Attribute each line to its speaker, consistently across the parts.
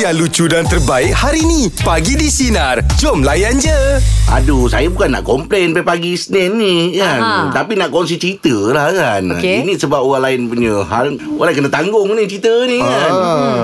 Speaker 1: yang lucu dan terbaik hari ni. Pagi di Sinar. Jom layan je.
Speaker 2: Aduh, saya bukan nak komplain pe pagi Isnin ni kan.
Speaker 3: Aha.
Speaker 2: Tapi nak kongsi cerita lah kan.
Speaker 3: Okey.
Speaker 2: Ini sebab orang lain punya hal. Orang lain kena tanggung ni cerita
Speaker 3: Ah.
Speaker 2: ni kan.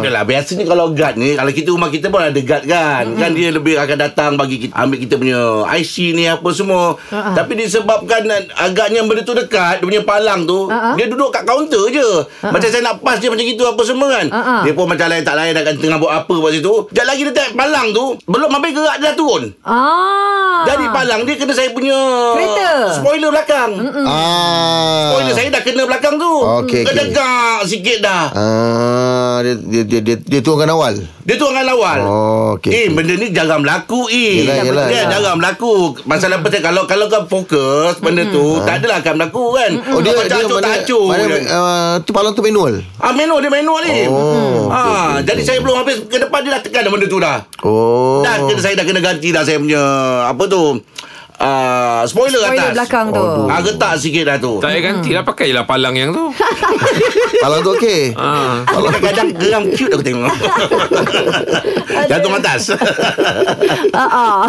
Speaker 2: Yalah, biasanya kalau guard ni, kalau kita rumah kita pun ada guard kan. Kan dia lebih akan datang bagi kita, ambil kita punya IC ni apa semua.
Speaker 3: Ha-ha.
Speaker 2: Tapi disebabkan ah, agaknya benda tu dekat, dia punya palang tu,
Speaker 3: Ha-ha.
Speaker 2: dia duduk kat kaunter je.
Speaker 3: Ah.
Speaker 2: Macam saya nak pas dia macam gitu apa semua kan.
Speaker 3: Ha-ha.
Speaker 2: Dia pun macam lain tak lain akan tengah buat apa kat situ. Sekejap lagi dia tak palang tu, belum habis gerak dia dah turun.
Speaker 3: Ah.
Speaker 2: Dari palang dia kena saya punya
Speaker 3: Kereta.
Speaker 2: Spoiler belakang
Speaker 4: Ah.
Speaker 2: Spoiler saya dah kena belakang tu
Speaker 4: Okey, okey.
Speaker 2: Kedegak Oh, sikit dah
Speaker 4: Ah, dia dia dia dia, dia turunkan awal.
Speaker 2: Dia tu orang lawal
Speaker 4: Oh, okey, okey.
Speaker 2: Eh benda ni jarang berlaku eh
Speaker 4: Yelah, yelah,
Speaker 2: Dia
Speaker 4: yelah.
Speaker 2: jarang berlaku Masalah apa saya Kalau kalau kau fokus Benda tu Tak adalah akan berlaku kan
Speaker 4: Oh dia
Speaker 2: Kau
Speaker 4: dia
Speaker 2: acuk-acuk,
Speaker 4: mana,
Speaker 2: tak acuk
Speaker 4: mana
Speaker 2: je.
Speaker 4: uh, tu palang tu manual.
Speaker 2: Ah manual dia manual ni
Speaker 4: Oh,
Speaker 2: ah, Jadi saya belum habis Ke depan dia dah tekan dah benda tu dah
Speaker 4: Oh.
Speaker 2: Dah kena saya dah kena ganti dah saya punya Apa tu uh, Spoiler,
Speaker 3: Spoiler
Speaker 2: atas
Speaker 3: belakang tu.
Speaker 4: Aduh.
Speaker 2: Ah, getak sikit dah tu
Speaker 5: Tak payah ganti lah Pakailah palang yang tu
Speaker 4: Palang tu okey.
Speaker 5: ha.
Speaker 2: Kalau kadang-kadang geram cute aku tengok. Jantung atas.
Speaker 3: Ah.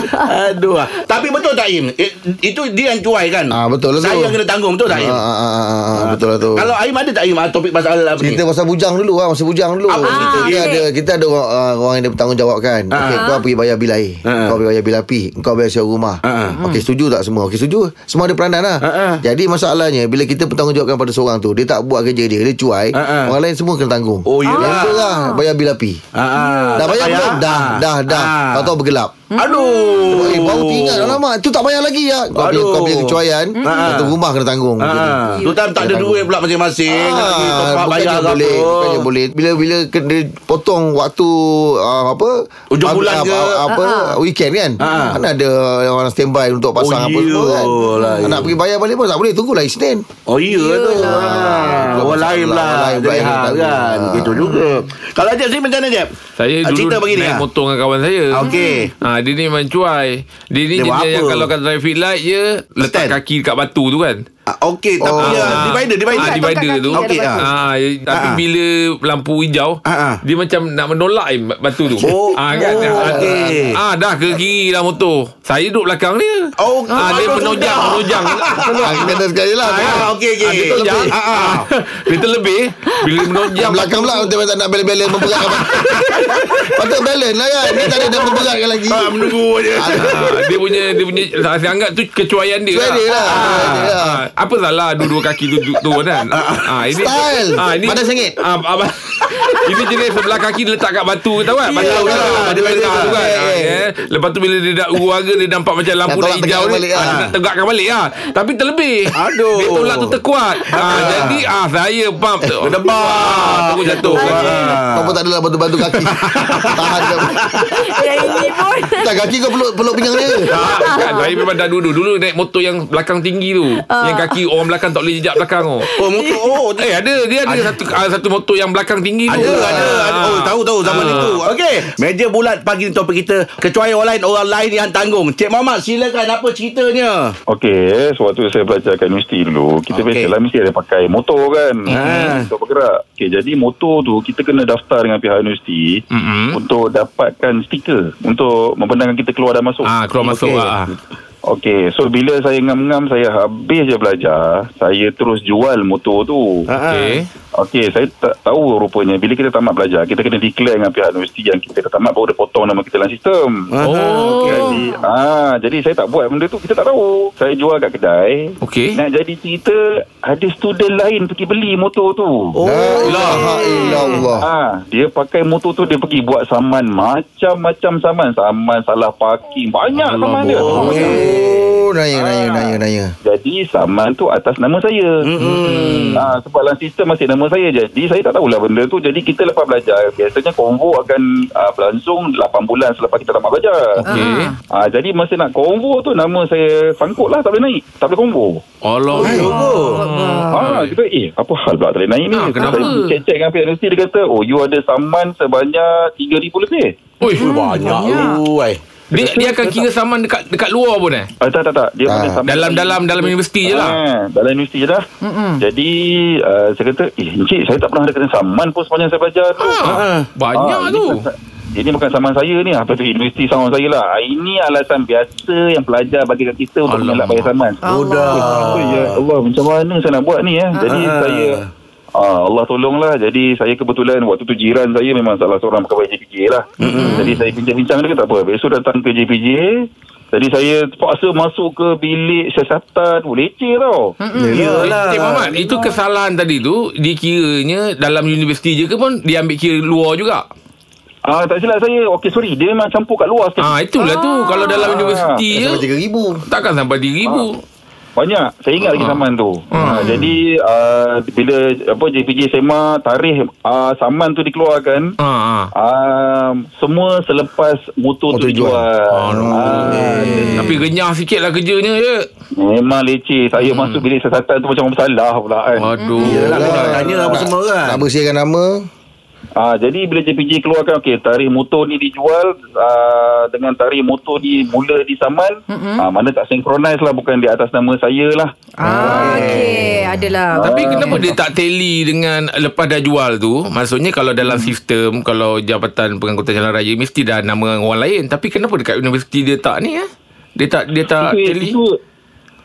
Speaker 2: Aduh. ah. Tapi betul tak Im? Eh, itu dia yang cuai kan?
Speaker 4: Ah, betul lah tu.
Speaker 2: Saya yang kena tanggung betul tak
Speaker 4: Ah,
Speaker 2: Im?
Speaker 4: ah, ah, ah, ah, betul lah tu.
Speaker 2: Kalau Im ada tak Im ah, topik pasal apa ni?
Speaker 4: Cerita pasal bujang dulu ah, masa bujang dulu.
Speaker 2: Apa cerita
Speaker 4: kita
Speaker 2: dia?
Speaker 4: ada kita ada orang, ah, orang yang ada bertanggungjawab kan.
Speaker 2: Ah.
Speaker 4: Okey, kau pergi bayar bil air,
Speaker 2: Ah.
Speaker 4: kau pergi bayar bil api, kau bayar sewa rumah.
Speaker 2: Ah.
Speaker 4: Okey, setuju tak semua? Okey, setuju. Semua ada peranan lah.
Speaker 2: Ah.
Speaker 4: Jadi masalahnya bila kita bertanggungjawabkan pada seorang tu, dia tak buat kerja dia, dia cuai,
Speaker 2: Ah.
Speaker 4: orang lain semua kena tanggung.
Speaker 2: Oh, yelah.
Speaker 4: Yang tu lah bayar bil api.
Speaker 2: Ah, ah,
Speaker 4: dah
Speaker 2: tak
Speaker 4: bayar belum? Dah,
Speaker 2: Ah.
Speaker 4: dah, dah.
Speaker 2: Ah.
Speaker 4: Kau tahu bergelap.
Speaker 2: Aduh.
Speaker 4: Eh, baru tinggal Alamak Itu tak payah lagi ya. Kau punya,
Speaker 2: Oh. Aduh.
Speaker 4: kau punya kecuaian
Speaker 2: Ah.
Speaker 4: Satu rumah kena tanggung
Speaker 2: Ah,
Speaker 4: Macam
Speaker 2: ah.
Speaker 4: tu.
Speaker 2: Tu time tak ada
Speaker 4: Kena
Speaker 2: duit pula masing-masing. Nak pergi tempat
Speaker 4: Ah,
Speaker 2: bayar
Speaker 4: bukannya
Speaker 2: apa.
Speaker 4: boleh bukannya boleh bila bila kena potong waktu ah, apa
Speaker 2: Hujung
Speaker 4: pag-
Speaker 2: bulan
Speaker 4: ah,
Speaker 2: ke?
Speaker 4: ah, apa weekend kan
Speaker 2: Ah. Oh,
Speaker 4: mana ada orang standby untuk pasang apa semua kan
Speaker 2: iyalah,
Speaker 4: Ah, nak
Speaker 2: iya.
Speaker 4: pergi bayar balik pun tak boleh tunggulah Isnin
Speaker 2: Oh iya tu Ah, Orang lain pula
Speaker 4: Orang lah, lain pula
Speaker 2: Jadi
Speaker 4: yang
Speaker 2: hal
Speaker 4: tanggung.
Speaker 2: kan
Speaker 4: Ah.
Speaker 2: Itu juga Kalau Jeb sini macam mana Jeb?
Speaker 5: Saya
Speaker 2: Ah,
Speaker 5: dulu
Speaker 2: Cerita bagi
Speaker 5: naik
Speaker 2: dia
Speaker 5: motor dengan kawan saya
Speaker 2: Ah, okey.
Speaker 5: ha, Dia ni memang cuai Dia ni
Speaker 2: Dia buat
Speaker 5: jenis yang
Speaker 2: apa?
Speaker 5: kalau kat traffic light je Letak
Speaker 2: Stand.
Speaker 5: kaki dekat batu tu kan
Speaker 2: Ah, Okey tapi
Speaker 4: Oh.
Speaker 2: ya, Divider
Speaker 5: Ah,
Speaker 2: Divider
Speaker 5: divider
Speaker 3: Letak
Speaker 5: tu
Speaker 3: kaki
Speaker 2: Okey,
Speaker 3: ada
Speaker 2: ah.
Speaker 3: batu.
Speaker 5: Ah, ya, tapi
Speaker 2: Ah, ah.
Speaker 5: bila lampu hijau,
Speaker 2: Ah, ah.
Speaker 5: dia macam nak menolak eh, batu tu.
Speaker 2: Oh,
Speaker 5: ah kan.
Speaker 2: oh,
Speaker 5: ah,
Speaker 2: okey.
Speaker 5: ah, dah ke kiri dah motor. Saya duduk belakang dia.
Speaker 2: Oh,
Speaker 5: ah, dia
Speaker 2: aduh,
Speaker 5: penojang,
Speaker 2: sudah.
Speaker 5: penojang.
Speaker 4: ah, kena sekali lah
Speaker 2: Ah, okey okey.
Speaker 5: Ah, dia penojang.
Speaker 2: Ah, ah.
Speaker 5: Dia terlebih bila menojang
Speaker 4: yang belakang pula Dia tak nak bela-bela Memperatkan Patut balance lah kan Dia tak ada Dia memperatkan lagi
Speaker 2: Ah, menunggu je.
Speaker 5: Ah, dia punya dia punya lah, saya anggap tu kecuaian dia.
Speaker 4: Cuai dia lah. Cuai dia lah.
Speaker 5: Ah, apa salah dua-dua kaki tu tu, tu kan? Ah,
Speaker 4: Style. Pandai sengit.
Speaker 5: Ah, ah, ba- ini jenis sebelah kaki dia letak kat batu tahu kan?
Speaker 4: Ya,
Speaker 5: Batu
Speaker 2: Yelah,
Speaker 5: kan. Dia
Speaker 2: dia
Speaker 5: letak tu
Speaker 2: letak.
Speaker 5: kan. Ah,
Speaker 4: Eh.
Speaker 5: ya. Lepas tu bila dia dah uara dia nampak macam lampu
Speaker 4: Nak
Speaker 5: dah
Speaker 4: tolak
Speaker 5: hijau
Speaker 4: tegakkan
Speaker 5: ni.
Speaker 4: balik,
Speaker 5: ah, dia
Speaker 4: ah.
Speaker 5: Nak tegakkan balik ah. Tapi terlebih.
Speaker 2: Aduh.
Speaker 5: Dia tolak tu terkuat. Ah, jadi ah saya pump tu.
Speaker 2: Berdebak.
Speaker 5: Ah, terus jatuh.
Speaker 2: Ah.
Speaker 4: Kau pun tak adalah Bantu-bantu kaki Tahan kau
Speaker 3: Yang ini pun.
Speaker 4: Tak kaki kau peluk Peluk pinggang dia
Speaker 5: Ah, bukan. Saya memang dah dulu Dulu naik motor yang belakang tinggi tu Yang kaki orang belakang tak boleh jejak belakang tu
Speaker 2: Oh, motor. Oh,
Speaker 5: Eh ada Dia ada, satu ah, satu motor yang belakang tinggi tu
Speaker 2: Ada, ada, ada. Oh, tahu tahu zaman
Speaker 5: Ah.
Speaker 2: itu. Okey, meja bulat pagi ni topik kita kecuali orang lain orang lain yang tanggung. Cik Mamat silakan apa ceritanya?
Speaker 6: Okey, sewaktu saya belajar kat universiti dulu, kita
Speaker 2: Okey.
Speaker 6: okay. biasalah mesti ada pakai motor kan.
Speaker 5: Ha.
Speaker 2: Ah.
Speaker 6: Untuk bergerak. Okey, jadi motor tu kita kena daftar dengan pihak universiti
Speaker 5: Mm-mm.
Speaker 6: untuk dapatkan stiker untuk membenarkan kita keluar dan masuk.
Speaker 5: Ah, keluar masuk
Speaker 2: Okey.
Speaker 5: ah. ah.
Speaker 6: Okey, so bila saya ngam-ngam saya habis je belajar, saya terus jual motor tu.
Speaker 5: Okey.
Speaker 6: Okey, saya tak tahu rupanya bila kita tamat belajar, kita kena declare dengan pihak universiti yang kita dah tamat baru dia potong nama kita dalam sistem.
Speaker 5: Oh.
Speaker 6: Jadi, ah, jadi saya tak buat benda tu, kita tak tahu. Saya jual kat kedai.
Speaker 5: Okey.
Speaker 6: Nak jadi cerita, ada student lain pergi beli motor tu.
Speaker 2: Oh,
Speaker 4: La
Speaker 2: lah.
Speaker 4: ilaha illallah
Speaker 6: Ah, dia pakai motor tu dia pergi buat saman macam-macam saman, saman salah parking, banyak saman dia.
Speaker 4: Oh Naya naya
Speaker 2: Ah,
Speaker 4: naya naya
Speaker 6: Jadi saman tu atas nama saya. Mm-hmm. Ha, sebab dalam sistem masih nama saya. Jadi saya tak tahulah benda tu. Jadi kita lepas belajar. Biasanya konvo akan uh, berlangsung 8 bulan selepas kita tamat belajar.
Speaker 5: Okey.
Speaker 6: Ha, jadi masa nak konvo tu nama saya sangkut lah. Tak boleh naik. Tak boleh konvo.
Speaker 5: Allah.
Speaker 6: Ha, kita eh apa hal pula tak boleh naik ni?
Speaker 5: Ah, kenapa?
Speaker 6: Saya pergi cek-cek dengan pihak universiti. Dia kata oh you ada saman sebanyak 3,000 lebih.
Speaker 5: Oi.
Speaker 2: Banyak tu. ai.
Speaker 5: Dia dia akan kira saman dekat dekat luar pun eh.
Speaker 6: Ah, tak, tak, tak. Dia
Speaker 4: Ah.
Speaker 6: ada saman
Speaker 5: Dalam-dalam dalam universiti je lah. Hmm.
Speaker 6: Ah, dalam universiti je dah. Mm-mm. Jadi ah, uh, saya kata, eh encik saya tak pernah ada kena saman pun sepanjang saya belajar tu.
Speaker 5: Ah,
Speaker 6: Ah,
Speaker 5: Banyak
Speaker 6: ini
Speaker 5: tu.
Speaker 6: pasal- ini bukan saman saya ni Apa tu Universiti saman saya lah Ini alasan biasa Yang pelajar bagi kat kita Untuk
Speaker 5: Alamak.
Speaker 6: mengelak bayar saman Oh, ya Allah macam mana saya nak buat ni eh? Jadi
Speaker 2: Ah.
Speaker 6: saya Ah, Allah tolonglah Jadi saya kebetulan Waktu tu jiran saya Memang salah seorang pegawai JPJ lah mm-hmm. Jadi saya bincang-bincang Dia kata apa Besok datang ke JPJ Jadi saya terpaksa masuk ke bilik siasatan Oh leceh tau
Speaker 5: Ya lah.
Speaker 6: mm-hmm.
Speaker 2: Yalah.
Speaker 5: Cik Muhammad, itu kesalahan tadi tu dikiranya dalam universiti je ke pun dia ambil kira luar juga.
Speaker 6: ah, Tak silap saya Okay sorry Dia memang campur kat luar sikit
Speaker 5: Ah itulah tu kalau dalam universiti je
Speaker 4: Sama 3,000
Speaker 5: takkan sampai Ah.
Speaker 6: Ah.
Speaker 5: 3000.
Speaker 6: Banyak Saya ingat lagi saman tu ha, Jadi uh, Bila apa JPJ SEMA Tarikh uh, Saman tu dikeluarkan
Speaker 5: Ha ah.
Speaker 6: Um, semua selepas motor tu dijual. Ah,
Speaker 5: Tapi renyah sikit lah kerjanya je.
Speaker 6: memang leceh. Saya hmm. masuk bilik siasatan tu macam bersalah pula kan.
Speaker 5: Aduh.
Speaker 2: Yelah, kena tanya apa semua kan.
Speaker 4: Nak bersihkan nama
Speaker 6: Ah, jadi bila JPJ keluarkan okey tarikh motor ni dijual ah, dengan tarikh motor ni mula disaman mm-hmm. ah, mana tak synchronize lah bukan di atas nama saya lah.
Speaker 3: Ah, okey. Adalah.
Speaker 5: Tapi kenapa dia tak tally dengan lepas dah jual tu? Maksudnya kalau dalam sistem, kalau Jabatan Pengangkutan Jalan Raya mesti dah nama orang lain. Tapi kenapa dekat universiti dia tak ni eh? Dia tak dia tak
Speaker 6: itu,
Speaker 5: tally.
Speaker 6: itu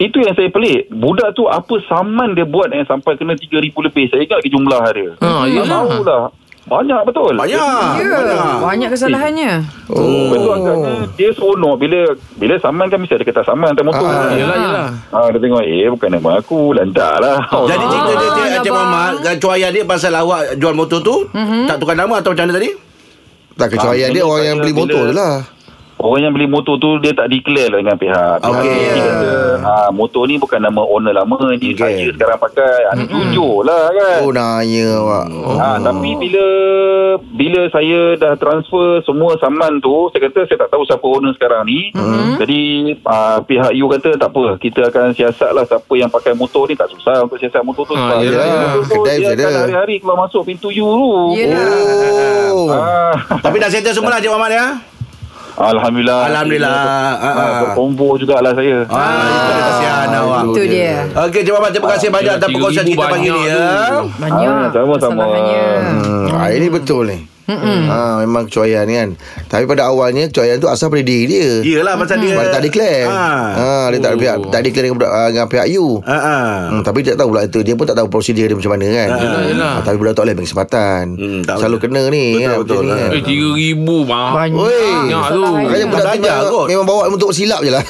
Speaker 6: itu yang saya pelik. Budak tu apa saman dia buat eh sampai kena 3000 lebih. Saya ingat lagi jumlah dia.
Speaker 5: Ha,
Speaker 6: tak
Speaker 5: yelah.
Speaker 6: tahu lah. Banyak betul.
Speaker 2: Banyak.
Speaker 3: Ya, banyak kesalahannya.
Speaker 6: Oh. Betul agaknya dia seronok bila bila saman kan mesti ada kertas saman hantar motor. Ah,
Speaker 4: Ah,
Speaker 5: Yelah, yelah.
Speaker 6: ah dia tengok eh bukan nama aku lah." lantaklah.
Speaker 2: Jadi cerita dia
Speaker 3: Ah,
Speaker 2: cik Encik
Speaker 3: abang.
Speaker 2: Muhammad Kecuaian dia pasal awak jual motor tu Tak tukar nama atau macam mana tadi?
Speaker 4: Tak kecuali
Speaker 6: Ah,
Speaker 4: dia orang
Speaker 6: bila-
Speaker 4: yang beli
Speaker 6: bila-
Speaker 4: motor je lah
Speaker 6: orang yang beli motor tu dia tak declare lah dengan pihak. Pihak
Speaker 2: Okey.
Speaker 6: dia kata, ah motor ni bukan nama owner lama ni
Speaker 2: Okey.
Speaker 6: saya sekarang pakai. Ah, dia jujur lah kan.
Speaker 4: Oh nanya Oh. awak
Speaker 6: Ha, tapi bila bila saya dah transfer semua saman tu, saya kata saya tak tahu siapa owner sekarang ni. Mm-hmm. Jadi uh, pihak you kata tak apa, kita akan siasat lah siapa yang pakai motor ni tak susah untuk siasat motor tu.
Speaker 5: Ha,
Speaker 6: sebab
Speaker 2: Ya,
Speaker 5: yelah.
Speaker 6: motor tu,
Speaker 4: Kedai
Speaker 6: dia
Speaker 4: mesti ada.
Speaker 6: akan hari-hari keluar masuk pintu you tu.
Speaker 3: Yelah.
Speaker 4: Oh
Speaker 6: Ah,
Speaker 2: Tapi dah settle semua lah Encik Muhammad ya
Speaker 6: Alhamdulillah.
Speaker 2: Alhamdulillah Ah,
Speaker 6: Ah,
Speaker 2: ah.
Speaker 6: berkombo jugalah saya.
Speaker 2: Ah, itu dia kesian awak
Speaker 3: Itu dia.
Speaker 2: Okey Encik Muhammad Terima kasih banyak Atas
Speaker 5: 3,000
Speaker 2: perkongsian kita pagi ni
Speaker 5: banyak
Speaker 2: ya
Speaker 5: tu.
Speaker 3: Banyak
Speaker 6: Ah, sama-sama.
Speaker 3: kesalahannya.
Speaker 4: Hmm, ah, ini betul ni. Hmm. Ha, memang kecuaian kan. Tapi pada awalnya kecuaian tu asal pada diri dia.
Speaker 2: Yelah pasal dia
Speaker 4: Sebab dia Hmm. tak declare. Ha, ha dia tak pihak, tak declare dengan, budak- ah, dengan pihak you.
Speaker 2: Ah, ah.
Speaker 4: Hmm, tapi tak tahu pula itu Dia pun tak tahu prosedur dia macam mana kan
Speaker 5: Yelah, yelah.
Speaker 4: Ah, Tapi budak tak boleh bagi kesempatan
Speaker 2: Hmm, tak
Speaker 4: Selalu
Speaker 2: boleh.
Speaker 4: kena ni
Speaker 2: Betul,
Speaker 4: kan,
Speaker 2: betul,
Speaker 4: macam ni
Speaker 2: betul.
Speaker 4: kan.
Speaker 5: Eh, 3000 bang.
Speaker 4: Oi.
Speaker 5: Banyak tu.
Speaker 4: Makanya budak tu
Speaker 2: Belajar
Speaker 4: memang,
Speaker 2: kot.
Speaker 4: memang bawa untuk silap je lah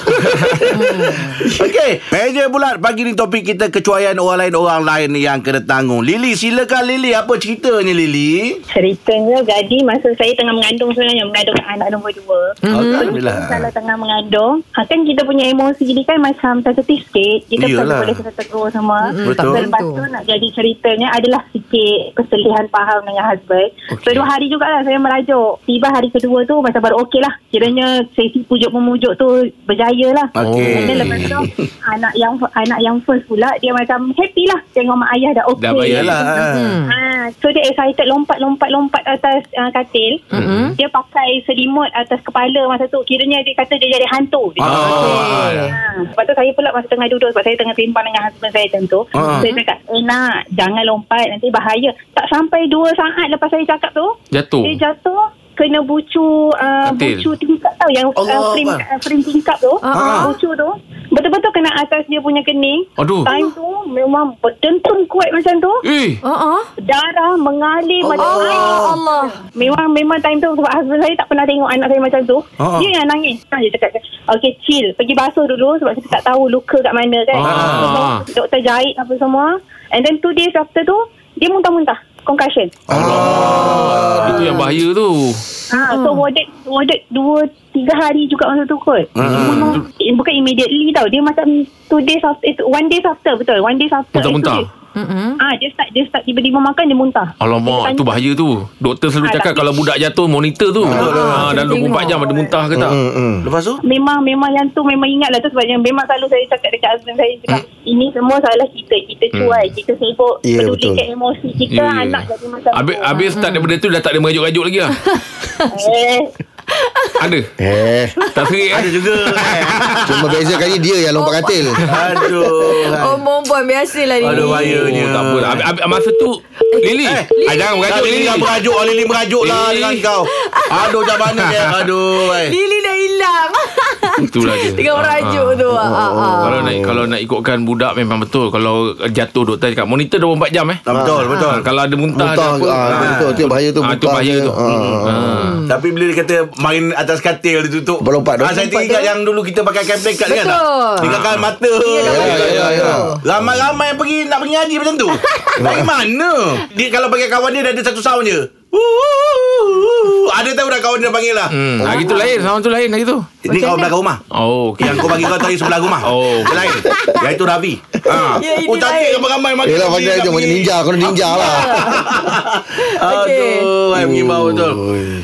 Speaker 3: Hmm.
Speaker 2: Okey Meja bulat Pagi ni topik kita Kecuaian orang lain Orang lain yang kena tanggung Lili silakan Lili Apa cerita ni Lili
Speaker 7: Ceritanya jadi masa saya tengah mengandung sebenarnya mengandung anak nombor dua.
Speaker 2: Mhm. Alhamdulillah
Speaker 7: Kalau tengah mengandung ha, Kan kita punya emosi Jadi kan macam sensitif sikit Kita tak
Speaker 2: Iyalah.
Speaker 7: boleh kata tegur semua
Speaker 2: Mm-mm, tak
Speaker 7: Lepas
Speaker 3: betul.
Speaker 7: tu nak jadi ceritanya Adalah sikit Keselihan faham dengan husband okay. So dua hari jugalah Saya merajuk Tiba hari kedua tu Macam baru okey lah Kiranya Sesi pujuk memujuk tu Berjaya lah
Speaker 2: Okey.
Speaker 7: And then lepas tu Anak yang anak yang first pula Dia macam happy lah Tengok mak ayah dah okey
Speaker 5: Dah baik.
Speaker 2: Yelah ah.
Speaker 7: Ha, so dia excited lompat-lompat-lompat atas uh, katil. Mm-hmm. Dia pakai selimut atas kepala masa tu. Kiranya dia kata dia jadi hantu. Dia
Speaker 2: Ah.
Speaker 7: kata, ha. Sebab tu saya pula masa tengah duduk sebab saya tengah sembang dengan husband saya time tu.
Speaker 2: Ah.
Speaker 7: Saya cakap, eh nak, jangan lompat nanti bahaya. Tak sampai 2 saat lepas saya cakap tu,
Speaker 5: Jatuh.
Speaker 7: dia jatuh kena bucu uh,
Speaker 5: Katil.
Speaker 7: bucu tingkap tau yang
Speaker 2: Allah
Speaker 7: uh, frame,
Speaker 2: Akbar.
Speaker 7: uh, frame tingkap tu
Speaker 3: Ah.
Speaker 7: bucu tu betul-betul kena atas dia punya kening
Speaker 5: Aduh.
Speaker 7: time tu memang berdentum kuat macam tu
Speaker 5: Eh,
Speaker 3: Ah, ah.
Speaker 7: darah mengalir macam air.
Speaker 3: Allah Allah.
Speaker 7: Memang memang time tu sebab husband saya tak pernah tengok anak saya macam tu.
Speaker 5: Uh-uh.
Speaker 2: Ah.
Speaker 7: Dia yang nangis. Ha, dia cakap, okay chill. Pergi basuh dulu sebab kita tak tahu luka kat mana kan.
Speaker 5: Ah.
Speaker 7: So, doktor jahit apa semua. And then two days after tu, dia muntah-muntah. Concussion.
Speaker 5: itu yang bahaya tu.
Speaker 7: Ha, So warded, warded dua, tiga hari juga masa tu kot.
Speaker 5: Ah.
Speaker 7: Memang- Bukan immediately tau. Dia macam two days after, eh, one day after betul. One day after. eh, two
Speaker 5: Muntah-muntah.
Speaker 7: days. Ah, dia start dia start tiba-tiba makan dia muntah. Dia
Speaker 5: Alamak, tu
Speaker 7: tanya-
Speaker 5: bahaya tu. Doktor selalu
Speaker 7: Ah,
Speaker 5: cakap
Speaker 7: tapi-
Speaker 5: kalau budak jatuh monitor tu. Ha, dalam
Speaker 3: kena
Speaker 5: 24 jam
Speaker 3: tengok.
Speaker 5: ada muntah ke tak?
Speaker 4: hmm, hmm.
Speaker 2: Lepas tu
Speaker 7: Memang memang yang tu memang ingat lah tu sebabnya memang selalu saya cakap dekat husband saya cakap ini semua salah kita kita cuai kita sibuk
Speaker 4: Ya, betul.
Speaker 7: pedulikan emosi kita
Speaker 5: Hmm. Ya, ya.
Speaker 7: anak jadi macam
Speaker 5: Habis,
Speaker 7: tu.
Speaker 5: habis start daripada tu dah tak ada merajuk-rajuk lagi lah.
Speaker 7: eh
Speaker 5: Ada
Speaker 4: Eh
Speaker 5: Tak serik
Speaker 2: Ada
Speaker 5: eh
Speaker 2: juga eh.
Speaker 4: Cuma beza kali dia yang lompat katil
Speaker 2: Aduh
Speaker 3: Oh, perempuan biasalah ni.
Speaker 2: Aduh
Speaker 5: Oh,
Speaker 2: bahayanya
Speaker 5: tak apa. Ab- ab- masa tu Lily. Ah, jangan
Speaker 2: Kau
Speaker 5: merajuk
Speaker 2: Eh, Lili
Speaker 5: Lily.
Speaker 2: dah merajuk oh, Lili merajuk lah
Speaker 5: Lili.
Speaker 2: dengan kau
Speaker 4: Ah.
Speaker 2: Aduh macam mana dia Aduh eh.
Speaker 3: Lili dah hilang.
Speaker 5: Itulah dia. Oh,
Speaker 3: Tengah merajuk tu. Ah, ah, ah.
Speaker 5: Kalau nak kalau nak ikutkan budak memang betul kalau jatuh doktor cakap monitor 24 jam eh.
Speaker 2: Ah, Betul betul
Speaker 5: Ah, kalau ada muntah,
Speaker 4: Muntah
Speaker 5: ada apa.
Speaker 4: ah, Betul tu bahaya tu
Speaker 5: Ah, tu
Speaker 4: muntah
Speaker 5: bahaya
Speaker 4: dia.
Speaker 5: tu.
Speaker 4: Ah.
Speaker 5: Ah.
Speaker 2: Hmm. Tapi bila dia kata Main atas katil dia tutup
Speaker 4: Berlompat,
Speaker 2: ah, Saya
Speaker 4: berlompat tu.
Speaker 2: teringat
Speaker 4: Ah.
Speaker 2: yang dulu Kita pakai kain plekat kan tak
Speaker 3: Betul.
Speaker 2: Tinggalkan mata
Speaker 4: Ya, ya, ya.
Speaker 2: Ramai-ramai yang pergi Nak pergi ngaji macam tu Dari mana Dia kalau pakai kawan dia Dia ada satu sound je Ada tahu dah kawan dia panggil lah
Speaker 5: Hmm,
Speaker 4: Ah,
Speaker 5: hari tu lain, sama tu lain ah, hari tu.
Speaker 2: Ini kawan belakang rumah
Speaker 5: Oh, okey.
Speaker 2: Yang kau bagi kau tahu sebelah rumah
Speaker 5: Oh.
Speaker 2: Dia lain Yang itu Ravi ha.
Speaker 3: Ya, ini
Speaker 2: Oh cantik
Speaker 3: lain.
Speaker 2: ramai-ramai makan
Speaker 4: Yelah
Speaker 2: pergi,
Speaker 4: pandai
Speaker 2: nak
Speaker 4: je macam
Speaker 2: pergi.
Speaker 4: ninja Kau ninja lah
Speaker 3: Okey.
Speaker 2: Aduh, okay. mengimbau betul.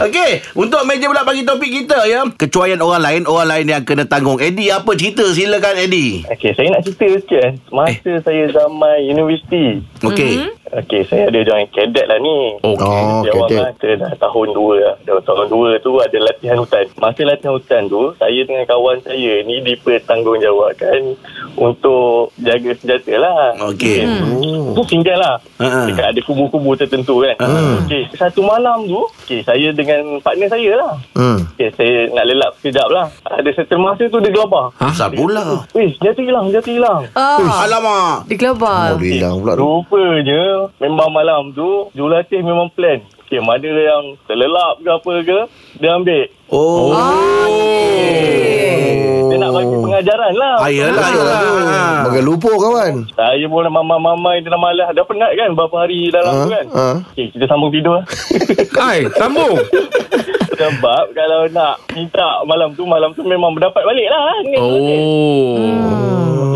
Speaker 2: Okey, untuk meja pula bagi topik kita ya. Kecuaian orang lain, orang lain yang kena tanggung. Eddie, apa cerita? Silakan Eddie.
Speaker 8: Okey, saya nak cerita sikit eh. Masa eh. saya zaman universiti.
Speaker 2: Okey.
Speaker 8: Okey, saya ada join cadet lah ni.
Speaker 5: Okey.
Speaker 4: Oh
Speaker 8: Dia orang
Speaker 4: katil
Speaker 8: kata dah tahun 2 lah. Dah tahun 2 tu ada latihan hutan. Masa latihan hutan tu, saya dengan kawan saya ni dipertanggungjawabkan untuk jaga senjata lah.
Speaker 2: Okey.
Speaker 8: Hmm. Tu tinggal lah.
Speaker 2: Ha-ha.
Speaker 8: Dekat ada kubu-kubu tertentu kan. Okey, satu malam tu, okey, saya dengan partner saya lah.
Speaker 4: Hmm
Speaker 8: Okey, saya nak lelap sekejap lah. Ada satu masa tu dia gelabah.
Speaker 5: Ha?
Speaker 2: Asal pula?
Speaker 8: Weh, senjata hilang, senjata hilang.
Speaker 3: Ah,
Speaker 2: Alamak.
Speaker 3: Dia global.
Speaker 4: Oh
Speaker 8: Ah,
Speaker 4: bilang pula tu
Speaker 8: Rupanya memang malam tu jurulatih memang plan. Okey, mana yang terlelap ke apa ke, dia ambil.
Speaker 2: Oh.
Speaker 8: Dia nak bagi pengajaran lah.
Speaker 2: Ayalah, ayalah.
Speaker 4: Makan lupa kawan
Speaker 8: Saya pun mamai-mamai dalam malas. Dah penat kan berapa hari dalam tu
Speaker 4: Ha,
Speaker 8: kan.
Speaker 4: ha.
Speaker 8: Okey, kita sambung tidur lah.
Speaker 5: Hai, sambung.
Speaker 8: Sebab kalau nak minta malam tu, malam tu memang berdapat balik lah. kan.
Speaker 5: Oh.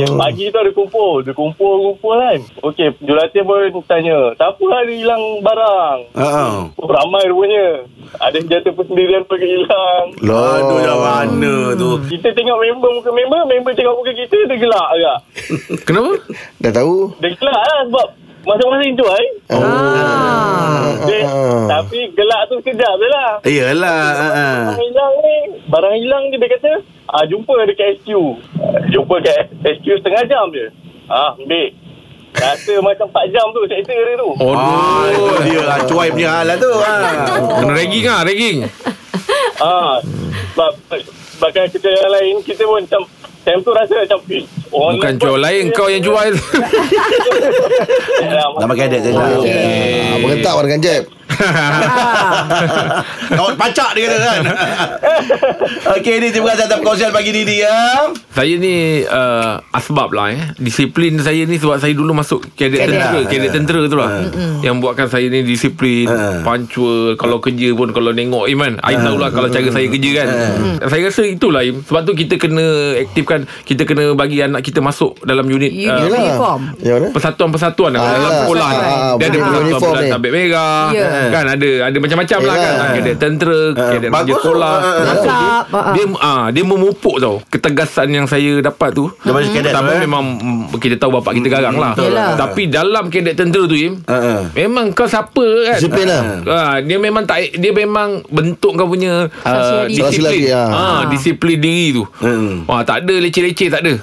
Speaker 8: Yang pagi tu ada kumpul. Dia kumpul-kumpul kan. Okey, jurulatih pun tanya, siapa ada hilang barang?
Speaker 2: Ha. ah.
Speaker 8: Oh, ramai rupanya. Ada senjata persendirian pun hilang.
Speaker 2: Aduh, dah mana tu?
Speaker 8: Kita tengok member muka member, member tengok muka kita, dia gelak agak.
Speaker 5: Kenapa?
Speaker 4: Dah tahu
Speaker 8: Dia gelak lah sebab masing-masing tu eh.
Speaker 3: Ah.
Speaker 8: Dia,
Speaker 4: Ah.
Speaker 8: Tapi gelak tu sekejap je lah.
Speaker 2: Iyalah. Ha. ah.
Speaker 8: Barang hilang ni, barang hilang dia, dia kata, ah, jumpa dekat SQ. Ah, Jumpa kat SQ setengah jam je. Ah, ambil. Rasa macam 4 jam tu, sektor dia tu.
Speaker 5: Oh,
Speaker 2: Ah, itu dia ah, cuai punya hal lah tu. Ha.
Speaker 5: kena ragging ah, ragging.
Speaker 8: Ah, sebab, sebab kan kita yang lain, kita pun macam, time tu rasa macam, eh, orang
Speaker 5: Bukan
Speaker 8: lain pun-
Speaker 5: jual lain, kau yang jual.
Speaker 8: Alah,
Speaker 2: Nama kadet saya dah.
Speaker 4: Ah, Mengentak warna ganjab
Speaker 2: Kawan pacak dia kata kan. Okey, Eddie, terima kasih atas perkongsian pagi ni ya. dia.
Speaker 5: Saya ni uh, asbab lah eh. Disiplin saya ni sebab saya dulu masuk kadet
Speaker 3: Kadet.
Speaker 5: tentera, kadet tentera tu lah. Yang buatkan saya ni disiplin,
Speaker 2: Ah.
Speaker 5: punctual, kalau kerja pun kalau nengok eh, Iman, Aim tahulah lah kalau cara saya kerja kan.
Speaker 3: Mm.
Speaker 5: Saya rasa itulah Aim. Sebab tu kita kena aktifkan, kita kena bagi anak kita masuk dalam unit
Speaker 3: You
Speaker 5: uh,
Speaker 3: Yelah. Uniform.
Speaker 4: Ya mana
Speaker 5: persatuan-persatuan lah
Speaker 4: Ah,
Speaker 5: dalam
Speaker 4: yelah.
Speaker 5: sekolah ni.
Speaker 4: Ah,
Speaker 5: Dia ada
Speaker 4: betul.
Speaker 5: persatuan
Speaker 4: Uniform
Speaker 5: bulan
Speaker 4: ni.
Speaker 5: sabit merah
Speaker 3: Ya.
Speaker 5: kan ada ada macam-macam lah kan.
Speaker 4: Yelah.
Speaker 5: Kadet tentera, kadet kerja
Speaker 2: Bagus tu.
Speaker 5: sekolah.
Speaker 2: Ah, ah,
Speaker 5: Masa tu,
Speaker 3: Tetap, ah, ah.
Speaker 5: Dia ah dia memupuk tau ketegasan yang saya dapat tu.
Speaker 2: Dia masih kadet
Speaker 5: Pertama
Speaker 2: tu, eh?
Speaker 5: memang mm, kita tahu bapak kita garang lah.
Speaker 3: Yelah.
Speaker 5: Tapi dalam kadet tentera tu Im,
Speaker 2: Ah, ah.
Speaker 5: memang kau siapa kan?
Speaker 4: Disiplin lah.
Speaker 5: Ah, dia memang tak dia memang bentuk kau punya ah,
Speaker 3: Sosialisasi.
Speaker 5: disiplin.
Speaker 4: Sosialisasi, ah.
Speaker 5: Ah, disiplin diri tu.
Speaker 2: Hmm.
Speaker 5: Wah, tak ada leceh-leceh tak ada.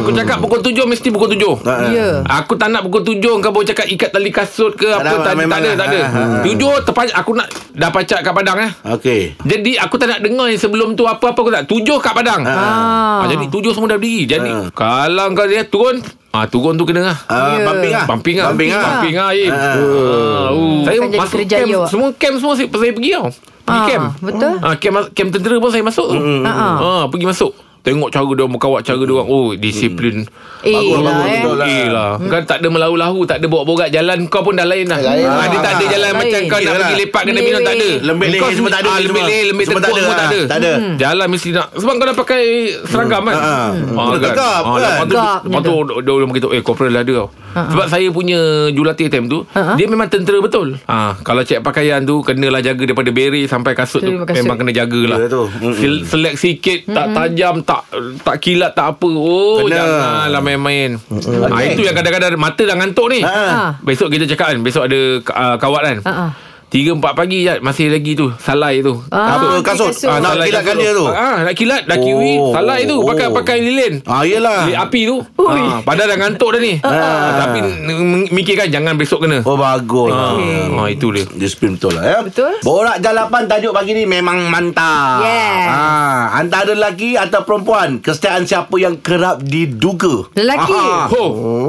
Speaker 5: Aku cakap pukul 7 mesti pukul 7.
Speaker 2: Ah,
Speaker 3: Ya.
Speaker 5: Aku tak nak pukul tujuh Kau baru cakap ikat tali kasut ke Apa
Speaker 2: Tak ada,
Speaker 5: tak, tak,
Speaker 2: memang
Speaker 5: ada
Speaker 2: lah.
Speaker 5: Tak ada
Speaker 2: Ha, ha, ha.
Speaker 5: Tujuh terpajak Aku nak Dah pacak kat padang eh
Speaker 2: Okey.
Speaker 5: jadi aku tak nak dengar yang sebelum tu apa-apa aku tak. Tujuh kat padang.
Speaker 3: Ah.
Speaker 5: Ah, jadi tujuh semua dah berdiri. Jadi
Speaker 2: Ah.
Speaker 5: kalau kau dia turun, ah turun tu kena lah.
Speaker 2: Ah,
Speaker 3: Ya.
Speaker 2: Bumping lah
Speaker 5: Bumping lah
Speaker 2: Bumping lah
Speaker 5: Bumping lah Im.
Speaker 2: Ah.
Speaker 5: Ah, uh. Saya
Speaker 3: Akan jadi
Speaker 5: masuk
Speaker 3: kerjaya
Speaker 5: camp
Speaker 3: awak.
Speaker 5: Semua camp semua saya, saya pergi tau Pergi
Speaker 3: Ah,
Speaker 5: camp
Speaker 3: betul.
Speaker 5: ah, camp, camp tentera pun saya masuk mm.
Speaker 3: Ah, ah.
Speaker 5: ah, Pergi masuk Tengok cara dia orang berkawat Cara dia orang Oh disiplin
Speaker 3: Eh lah
Speaker 2: bagus,
Speaker 3: eh.
Speaker 2: betul. lah.
Speaker 5: Eh lah Kan tak ada melahu-lahu Tak ada borak-borak Jalan kau pun dah lain lah
Speaker 4: Lain lah.
Speaker 5: Ah, Dia tak ada jalan
Speaker 3: Lain.
Speaker 5: Macam kau nak
Speaker 2: Kira lah.
Speaker 5: pergi lepak Kena minum tak ada
Speaker 2: Lembik leher
Speaker 5: Kau
Speaker 2: semua tak ada
Speaker 5: ah,
Speaker 2: semua.
Speaker 5: Lembik leher Lembik
Speaker 2: Semua tak
Speaker 5: tekuk
Speaker 2: ada,
Speaker 5: semua tak
Speaker 2: ah,
Speaker 5: ada
Speaker 2: tak ada.
Speaker 5: Hmm. Jalan mesti nak Sebab kau dah pakai Seragam kan
Speaker 2: Ah, ah. Kena tegap, kan?
Speaker 5: Lepas tu
Speaker 3: Tegap
Speaker 5: Lepas tu dia- dia orang beritahu Eh corporal ada tau Sebab saya punya Jurulatih time tu
Speaker 3: Ah, ah.
Speaker 5: Dia memang tentera betul Ah, Kalau cek pakaian tu Kenalah jaga daripada beret Sampai kasut tu
Speaker 3: Terima kasut.
Speaker 5: Memang kena jaga lah
Speaker 2: Ya, tu. Mm-mm.
Speaker 5: Sel- Select sikit Tak tajam Tak tak kilat tak apa Oh
Speaker 2: Kena.
Speaker 5: janganlah main-main Ha, Ah, Itu yang kadang-kadang Mata dah ngantuk ni
Speaker 2: Ah.
Speaker 3: Ah.
Speaker 5: Besok kita cakap kan Besok ada uh, kawat kan
Speaker 3: Ah, ah.
Speaker 5: 3 4 pagi Jad, masih lagi tu salai tu.
Speaker 3: Ah,
Speaker 2: Apa kasut?
Speaker 3: kasut.
Speaker 2: Ah, nak
Speaker 5: salai
Speaker 2: kilatkan
Speaker 5: kasut
Speaker 2: dia tu.
Speaker 5: Ah, nak kilat dah kiwi
Speaker 2: Oh.
Speaker 5: salai tu pakai
Speaker 2: Oh.
Speaker 5: pakai lilin.
Speaker 2: Ah, yelah.
Speaker 5: Lilin api tu. Ah, padahal dah ngantuk dah ni. Ah, tapi n- mikirkan jangan besok kena.
Speaker 2: Oh bagus.
Speaker 5: Ah,
Speaker 2: Okay.
Speaker 5: ah, itu dia.
Speaker 2: Dia spin betul lah ya.
Speaker 3: Betul.
Speaker 2: Borak jalapan tajuk pagi ni memang mantap.
Speaker 3: Yes.
Speaker 2: Ah, antara lelaki atau perempuan, kesetiaan siapa yang kerap diduga?
Speaker 3: Lelaki.
Speaker 2: Ah,
Speaker 5: Ho,